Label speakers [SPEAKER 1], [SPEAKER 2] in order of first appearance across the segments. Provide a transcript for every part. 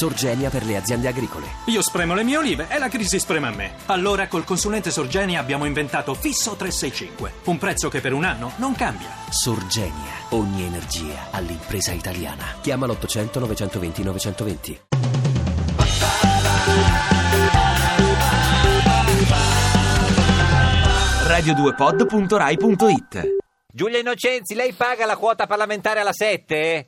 [SPEAKER 1] Sorgenia per le aziende agricole.
[SPEAKER 2] Io spremo le mie olive e la crisi sprema me. Allora col consulente Sorgenia abbiamo inventato Fisso 365, un prezzo che per un anno non cambia.
[SPEAKER 1] Sorgenia, ogni energia all'impresa italiana. Chiama l'800 920 920.
[SPEAKER 3] radio2pod.rai.it
[SPEAKER 4] Giulia Innocenzi, lei paga la quota parlamentare alla 7?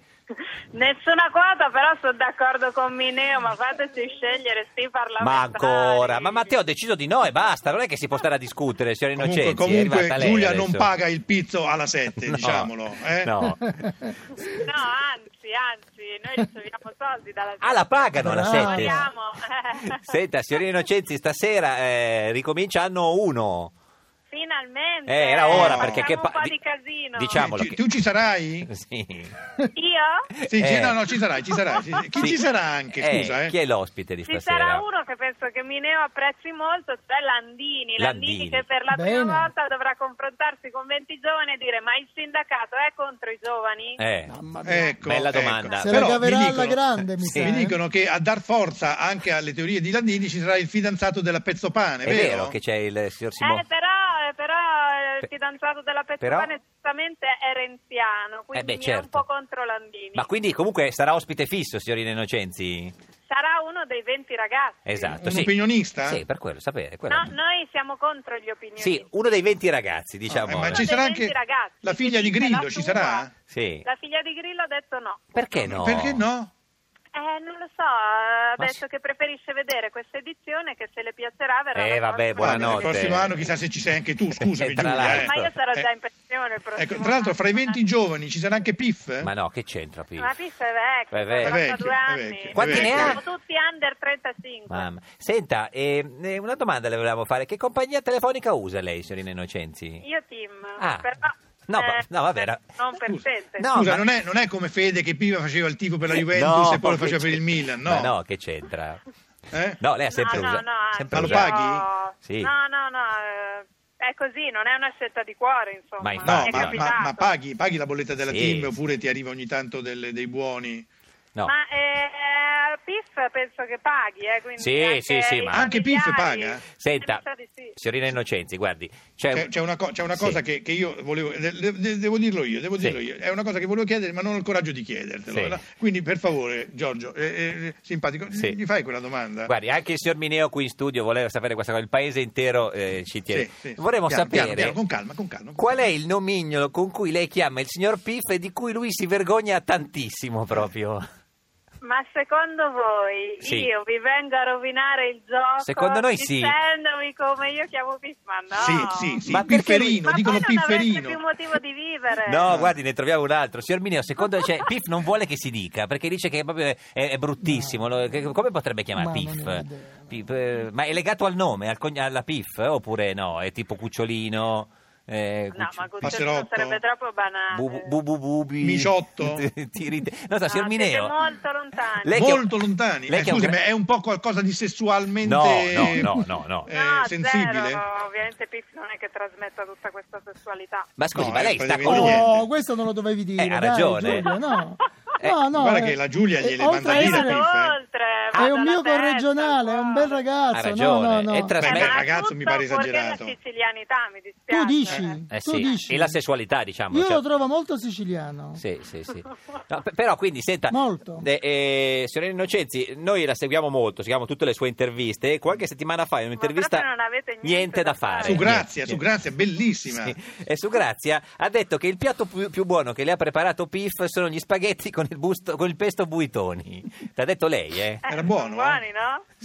[SPEAKER 5] Nessuna quota, però sono d'accordo con Mineo, ma fateci scegliere sti
[SPEAKER 4] Ma
[SPEAKER 5] parlamentari.
[SPEAKER 4] ancora, ma Matteo ha deciso di no e basta, non è che si può stare a discutere, signor
[SPEAKER 6] Comunque,
[SPEAKER 4] Innocenzi. è
[SPEAKER 6] comunque
[SPEAKER 4] arrivata lei
[SPEAKER 6] Giulia
[SPEAKER 4] adesso.
[SPEAKER 6] non paga il pizzo alla 7,
[SPEAKER 4] No,
[SPEAKER 6] diciamolo. eh.
[SPEAKER 4] No.
[SPEAKER 5] No, anzi, anzi, noi riceviamo soldi dalla
[SPEAKER 4] Ah, la pagano alla
[SPEAKER 3] Ah.
[SPEAKER 4] 7?
[SPEAKER 5] Vogliamo.
[SPEAKER 4] Senta, signor Innocenzi, stasera eh, ricomincia anno 1.
[SPEAKER 5] Finalmente.
[SPEAKER 4] Eh, era ora
[SPEAKER 6] Eh,
[SPEAKER 4] perché...
[SPEAKER 5] facciamo
[SPEAKER 4] che
[SPEAKER 5] un
[SPEAKER 4] pa-
[SPEAKER 5] po'
[SPEAKER 4] di-
[SPEAKER 5] di casino.
[SPEAKER 4] diciamo- Cavolo,
[SPEAKER 6] Ci-
[SPEAKER 4] che-
[SPEAKER 6] Tu ci sarai?
[SPEAKER 4] Sì.
[SPEAKER 5] Io?
[SPEAKER 6] Sì, ci-
[SPEAKER 4] Eh.
[SPEAKER 6] no, no, ci sarai, ci sarai. Ci- Chi
[SPEAKER 4] Sì.
[SPEAKER 6] ci sarà anche,
[SPEAKER 4] Eh,
[SPEAKER 6] scusa, eh?
[SPEAKER 4] Chi è l'ospite di
[SPEAKER 5] Ci
[SPEAKER 4] stasera?
[SPEAKER 5] sarà uno che penso che Mineo apprezzi molto, cioè
[SPEAKER 4] Landini.
[SPEAKER 5] Landini. Landini, che per la
[SPEAKER 3] Bene.
[SPEAKER 5] prima volta dovrà confrontarsi con 20 giovani e dire ma il sindacato è contro i giovani?
[SPEAKER 4] Eh.
[SPEAKER 3] Mamma mia.
[SPEAKER 6] Ecco,
[SPEAKER 4] Bella
[SPEAKER 6] ecco.
[SPEAKER 4] domanda.
[SPEAKER 3] Se
[SPEAKER 6] Però
[SPEAKER 3] la caverà
[SPEAKER 6] mi
[SPEAKER 3] alla
[SPEAKER 6] dicono-
[SPEAKER 3] grande, mi
[SPEAKER 4] Sì.
[SPEAKER 3] sa.
[SPEAKER 6] Mi
[SPEAKER 3] eh.
[SPEAKER 6] dicono che a dar forza anche alle teorie di Landini ci sarà il fidanzato della Pezzopane,
[SPEAKER 4] È vero che c'è il signor Simone.
[SPEAKER 5] Eh, però, eh, però eh, il fidanzato della
[SPEAKER 4] però-
[SPEAKER 5] Pezzolane giustamente è renziano,
[SPEAKER 4] Eh,
[SPEAKER 5] quindi
[SPEAKER 4] beh,
[SPEAKER 5] mi è un
[SPEAKER 4] certo.
[SPEAKER 5] po' contro Landini.
[SPEAKER 4] Ma quindi comunque sarà ospite fisso, signorina Innocenzi?
[SPEAKER 5] Sarà uno dei 20 ragazzi.
[SPEAKER 4] Esatto,
[SPEAKER 6] Un
[SPEAKER 4] sì.
[SPEAKER 6] opinionista?
[SPEAKER 4] Sì, per quello, sapere. quello.
[SPEAKER 5] No, noi siamo contro gli opinionisti.
[SPEAKER 4] Sì, uno dei 20 ragazzi, diciamo.
[SPEAKER 6] Eh, ma
[SPEAKER 4] ora.
[SPEAKER 6] ci
[SPEAKER 5] Uno
[SPEAKER 6] sarà
[SPEAKER 5] dei
[SPEAKER 6] anche
[SPEAKER 5] 20 ragazzi,
[SPEAKER 6] la figlia di
[SPEAKER 5] che dice
[SPEAKER 6] Grillo,
[SPEAKER 5] la
[SPEAKER 6] ci
[SPEAKER 5] sua.
[SPEAKER 6] sarà?
[SPEAKER 4] Sì.
[SPEAKER 5] La figlia di Grillo ha detto no.
[SPEAKER 4] Perché no?
[SPEAKER 6] Perché no?
[SPEAKER 5] Eh, non lo so, eh, adesso
[SPEAKER 4] sì.
[SPEAKER 5] che preferisce vedere questa edizione, che se le piacerà verrà.
[SPEAKER 4] Eh,
[SPEAKER 5] la
[SPEAKER 4] vabbè,
[SPEAKER 5] prossima.
[SPEAKER 4] buonanotte.
[SPEAKER 6] Il prossimo anno chissà se ci sei anche tu, scusami
[SPEAKER 4] Eh, tra
[SPEAKER 6] Giulia.
[SPEAKER 4] l'altro.
[SPEAKER 6] eh.
[SPEAKER 5] Ma io sarò
[SPEAKER 6] Eh,
[SPEAKER 5] già in pensione il prossimo
[SPEAKER 6] ecco, tra l'altro fra i
[SPEAKER 5] anno.
[SPEAKER 6] 20 giovani ci sarà anche Piff? eh?
[SPEAKER 4] Ma no, che c'entra Pippo?
[SPEAKER 5] Ma Pippo è vecchio,
[SPEAKER 4] È vecchio.
[SPEAKER 5] ha 42
[SPEAKER 6] È
[SPEAKER 5] anni.
[SPEAKER 6] vecchio, è vecchio.
[SPEAKER 4] Quanti ne ha?
[SPEAKER 5] Siamo tutti under 35.
[SPEAKER 4] Mamma. Senta, ehm, eh, una domanda le volevamo fare. Che compagnia telefonica usa lei, signorina Innocenzi?
[SPEAKER 5] Io team,
[SPEAKER 4] Ah.
[SPEAKER 5] però...
[SPEAKER 4] No, ma-
[SPEAKER 5] eh,
[SPEAKER 4] no, vabbè, era-
[SPEAKER 5] Non per sente.
[SPEAKER 4] No,
[SPEAKER 6] Scusa,
[SPEAKER 4] Oh, ma- Eh,
[SPEAKER 6] non, è, non è come Fede che prima faceva il tifo per la Juventus
[SPEAKER 4] No,
[SPEAKER 6] e poi lo
[SPEAKER 4] che
[SPEAKER 6] faceva per il
[SPEAKER 4] c'entra?
[SPEAKER 6] Milan, no?
[SPEAKER 4] Ma no, che c'entra?
[SPEAKER 6] Eh?
[SPEAKER 4] No, lei ha sempre
[SPEAKER 5] no,
[SPEAKER 4] usato.
[SPEAKER 5] no, anzi,
[SPEAKER 4] sempre
[SPEAKER 6] Ma lo
[SPEAKER 4] usato.
[SPEAKER 6] paghi?
[SPEAKER 5] no.
[SPEAKER 4] Sì.
[SPEAKER 5] No, no, no, eh, è così, non è una scelta di cuore, insomma.
[SPEAKER 4] Ma
[SPEAKER 6] No,
[SPEAKER 4] infatti,
[SPEAKER 5] È
[SPEAKER 6] ma, ma-
[SPEAKER 5] capitato.
[SPEAKER 6] ma paghi, paghi la bolletta della
[SPEAKER 4] Sì.
[SPEAKER 6] team oppure ti arriva ogni tanto delle- dei buoni?
[SPEAKER 4] No.
[SPEAKER 5] Ma eh, eh, PIF penso che paghi, eh, quindi
[SPEAKER 4] Sì,
[SPEAKER 5] anche
[SPEAKER 4] sì, sì,
[SPEAKER 5] i
[SPEAKER 4] ma-
[SPEAKER 6] Anche PIF
[SPEAKER 5] familiari-
[SPEAKER 6] paga?
[SPEAKER 4] Senta,
[SPEAKER 5] Eh, mi sa di sì.
[SPEAKER 4] signorina Innocenzi, guardi, c'è,
[SPEAKER 6] C'è, c'è una, co- c'è una cosa
[SPEAKER 4] Eh, Sì.
[SPEAKER 6] che, che io volevo, de- de- devo dirlo io, devo
[SPEAKER 4] Sì.
[SPEAKER 6] dirlo io, è una cosa che volevo chiedere ma non ho il coraggio di chiedertelo.
[SPEAKER 4] Sì.
[SPEAKER 6] allora, Quindi per favore Giorgio, eh, eh, simpatico,
[SPEAKER 4] Sì.
[SPEAKER 6] gli fai quella domanda?
[SPEAKER 4] Guardi, anche il signor Mineo qui in studio voleva sapere questa cosa, il paese intero eh, ci tiene.
[SPEAKER 6] Sì, sì.
[SPEAKER 4] Vorremmo
[SPEAKER 6] Piano,
[SPEAKER 4] sapere
[SPEAKER 6] piano, piano, con calma, con calma, con
[SPEAKER 4] qual è
[SPEAKER 6] calma.
[SPEAKER 4] il nomignolo con cui lei chiama il signor Piff e di cui lui si vergogna tantissimo proprio.
[SPEAKER 5] Ma secondo voi
[SPEAKER 4] Sì.
[SPEAKER 5] io vi vengo a rovinare il gioco
[SPEAKER 4] Secondo noi sì.
[SPEAKER 5] dicendomi come io chiamo Piff? Ma no.
[SPEAKER 6] Sì, sì, sì,
[SPEAKER 4] Ma perché
[SPEAKER 6] Pifferino,
[SPEAKER 5] Ma
[SPEAKER 6] dicono
[SPEAKER 5] voi non avreste
[SPEAKER 6] Pifferino.
[SPEAKER 5] più motivo di vivere.
[SPEAKER 4] No, guardi, ne troviamo un altro. Signor Mineo, secondo cioè, Piff non vuole che si dica perché dice che proprio è, è bruttissimo. Lo- che- come potrebbe chiamare
[SPEAKER 3] Ma non
[SPEAKER 4] Piff?
[SPEAKER 3] ne ho idea.
[SPEAKER 4] Piff, eh, ma è legato al nome, al cogn- alla Piff? eh, Oppure no? È tipo Cucciolino? eh,
[SPEAKER 5] No,
[SPEAKER 4] Cucci-
[SPEAKER 5] ma Guzzolino
[SPEAKER 6] Passerotto.
[SPEAKER 5] sarebbe troppo banale.
[SPEAKER 4] Bu- bu- bu- bu- bi-
[SPEAKER 6] Miciotto?
[SPEAKER 4] Tirite- No, sta,
[SPEAKER 5] No,
[SPEAKER 4] signor
[SPEAKER 5] siete
[SPEAKER 4] Mineo.
[SPEAKER 5] molto lontani.
[SPEAKER 4] Lei che-
[SPEAKER 6] Molto lontani.
[SPEAKER 4] lei
[SPEAKER 6] Eh,
[SPEAKER 4] che è un
[SPEAKER 6] scusi,
[SPEAKER 4] gra-
[SPEAKER 6] ma è un po' qualcosa di sessualmente
[SPEAKER 4] No, no, no, no, no.
[SPEAKER 6] eh,
[SPEAKER 5] No,
[SPEAKER 6] sensibile?
[SPEAKER 5] zero. Ovviamente Piff non è che trasmetta tutta questa sessualità.
[SPEAKER 4] Ma scusi,
[SPEAKER 6] No,
[SPEAKER 4] ma
[SPEAKER 6] eh,
[SPEAKER 4] lei sta con
[SPEAKER 6] praticamente
[SPEAKER 4] lui.
[SPEAKER 6] niente.
[SPEAKER 3] Oh, questo non lo dovevi dire.
[SPEAKER 4] Eh, ha
[SPEAKER 3] dai,
[SPEAKER 4] ragione.
[SPEAKER 3] Giulia, no.
[SPEAKER 4] Eh,
[SPEAKER 3] No, no,
[SPEAKER 6] guarda
[SPEAKER 3] eh,
[SPEAKER 6] che la Giulia gliele
[SPEAKER 3] eh, oltre
[SPEAKER 6] manda
[SPEAKER 3] a
[SPEAKER 5] Ma io
[SPEAKER 6] dire,
[SPEAKER 3] essere-
[SPEAKER 5] vado
[SPEAKER 6] Piff, eh.
[SPEAKER 5] oltre,
[SPEAKER 3] È
[SPEAKER 5] vado
[SPEAKER 3] un
[SPEAKER 5] alla
[SPEAKER 3] mio
[SPEAKER 5] testa,
[SPEAKER 3] corregionale, è un bel
[SPEAKER 5] guarda.
[SPEAKER 4] Ha
[SPEAKER 3] ragazzo. No, no,
[SPEAKER 4] ragione,
[SPEAKER 3] no.
[SPEAKER 4] è tra-
[SPEAKER 6] Beh,
[SPEAKER 5] Eh,
[SPEAKER 4] Beh,
[SPEAKER 5] ma
[SPEAKER 6] ragazzo, mi pare
[SPEAKER 5] tutto fuorché
[SPEAKER 6] esagerato.
[SPEAKER 5] la sicilianità, mi dispiace.
[SPEAKER 3] Tu dici,
[SPEAKER 4] Eh,
[SPEAKER 3] tu
[SPEAKER 4] sì,
[SPEAKER 3] dici.
[SPEAKER 4] E la sessualità, diciamo.
[SPEAKER 3] Io
[SPEAKER 4] cioè-
[SPEAKER 3] lo trovo molto siciliano.
[SPEAKER 4] Sì, sì, sì. No, p- però quindi, senta,
[SPEAKER 3] Molto.
[SPEAKER 4] eh, eh, signorina Innocenzi, noi la seguiamo molto, seguiamo tutte le sue interviste e qualche settimana fa in un'intervista
[SPEAKER 5] proprio non avete niente
[SPEAKER 4] da
[SPEAKER 5] da
[SPEAKER 4] fare.
[SPEAKER 5] fare.
[SPEAKER 6] Su Grazia, su
[SPEAKER 4] Niente.
[SPEAKER 6] Grazia, bellissima.
[SPEAKER 4] Sì. E su Grazia ha detto che il piatto più, più buono che le ha preparato Piff sono gli spaghetti con il, busto, con il pesto buitoni. L'ha detto lei, eh?
[SPEAKER 5] Eh,
[SPEAKER 6] Era buono,
[SPEAKER 5] sono Buoni,
[SPEAKER 6] eh?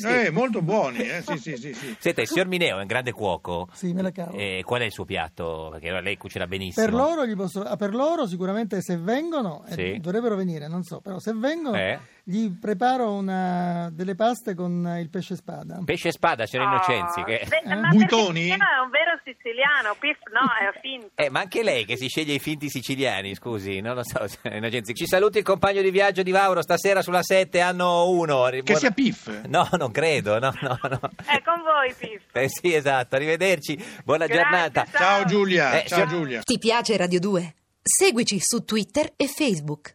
[SPEAKER 5] no?
[SPEAKER 6] Eh, molto buoni, eh, sì, sì, sì, sì.
[SPEAKER 4] Senta, il signor Mineo è un grande cuoco.
[SPEAKER 3] Sì, me la cavo.
[SPEAKER 4] Eh, qual è il suo piatto? Perché lei cucina benissimo.
[SPEAKER 3] Per loro, gli posso- ah, per loro sicuramente se vengono, eh,
[SPEAKER 4] Sì.
[SPEAKER 3] dovrebbero venire, non so, però se vengono
[SPEAKER 4] Eh?
[SPEAKER 3] gli preparo una- delle paste con eh, il pesce spada.
[SPEAKER 4] Pesce e spada, signor
[SPEAKER 5] Oh.
[SPEAKER 4] Innocenzi. Che...
[SPEAKER 5] Beh, ma
[SPEAKER 6] Buitoni?
[SPEAKER 5] perché Piff è un vero siciliano, Piff no, è finto.
[SPEAKER 4] Eh, ma anche lei che si sceglie i finti siciliani, scusi, non lo so, signor Innocenzi. Ci saluti il compagno di viaggio di Vauro stasera sulla 7, anno 1.
[SPEAKER 6] Che sia Piff.
[SPEAKER 4] No, non credo, no, no, no.
[SPEAKER 5] È con voi Piff.
[SPEAKER 4] Eh sì, esatto, arrivederci, buona
[SPEAKER 5] Grazie,
[SPEAKER 4] giornata.
[SPEAKER 6] Ciao Giulia,
[SPEAKER 4] Eh, signor-
[SPEAKER 6] ciao Giulia.
[SPEAKER 7] Ti piace Radio 2? Seguici su Twitter e Facebook.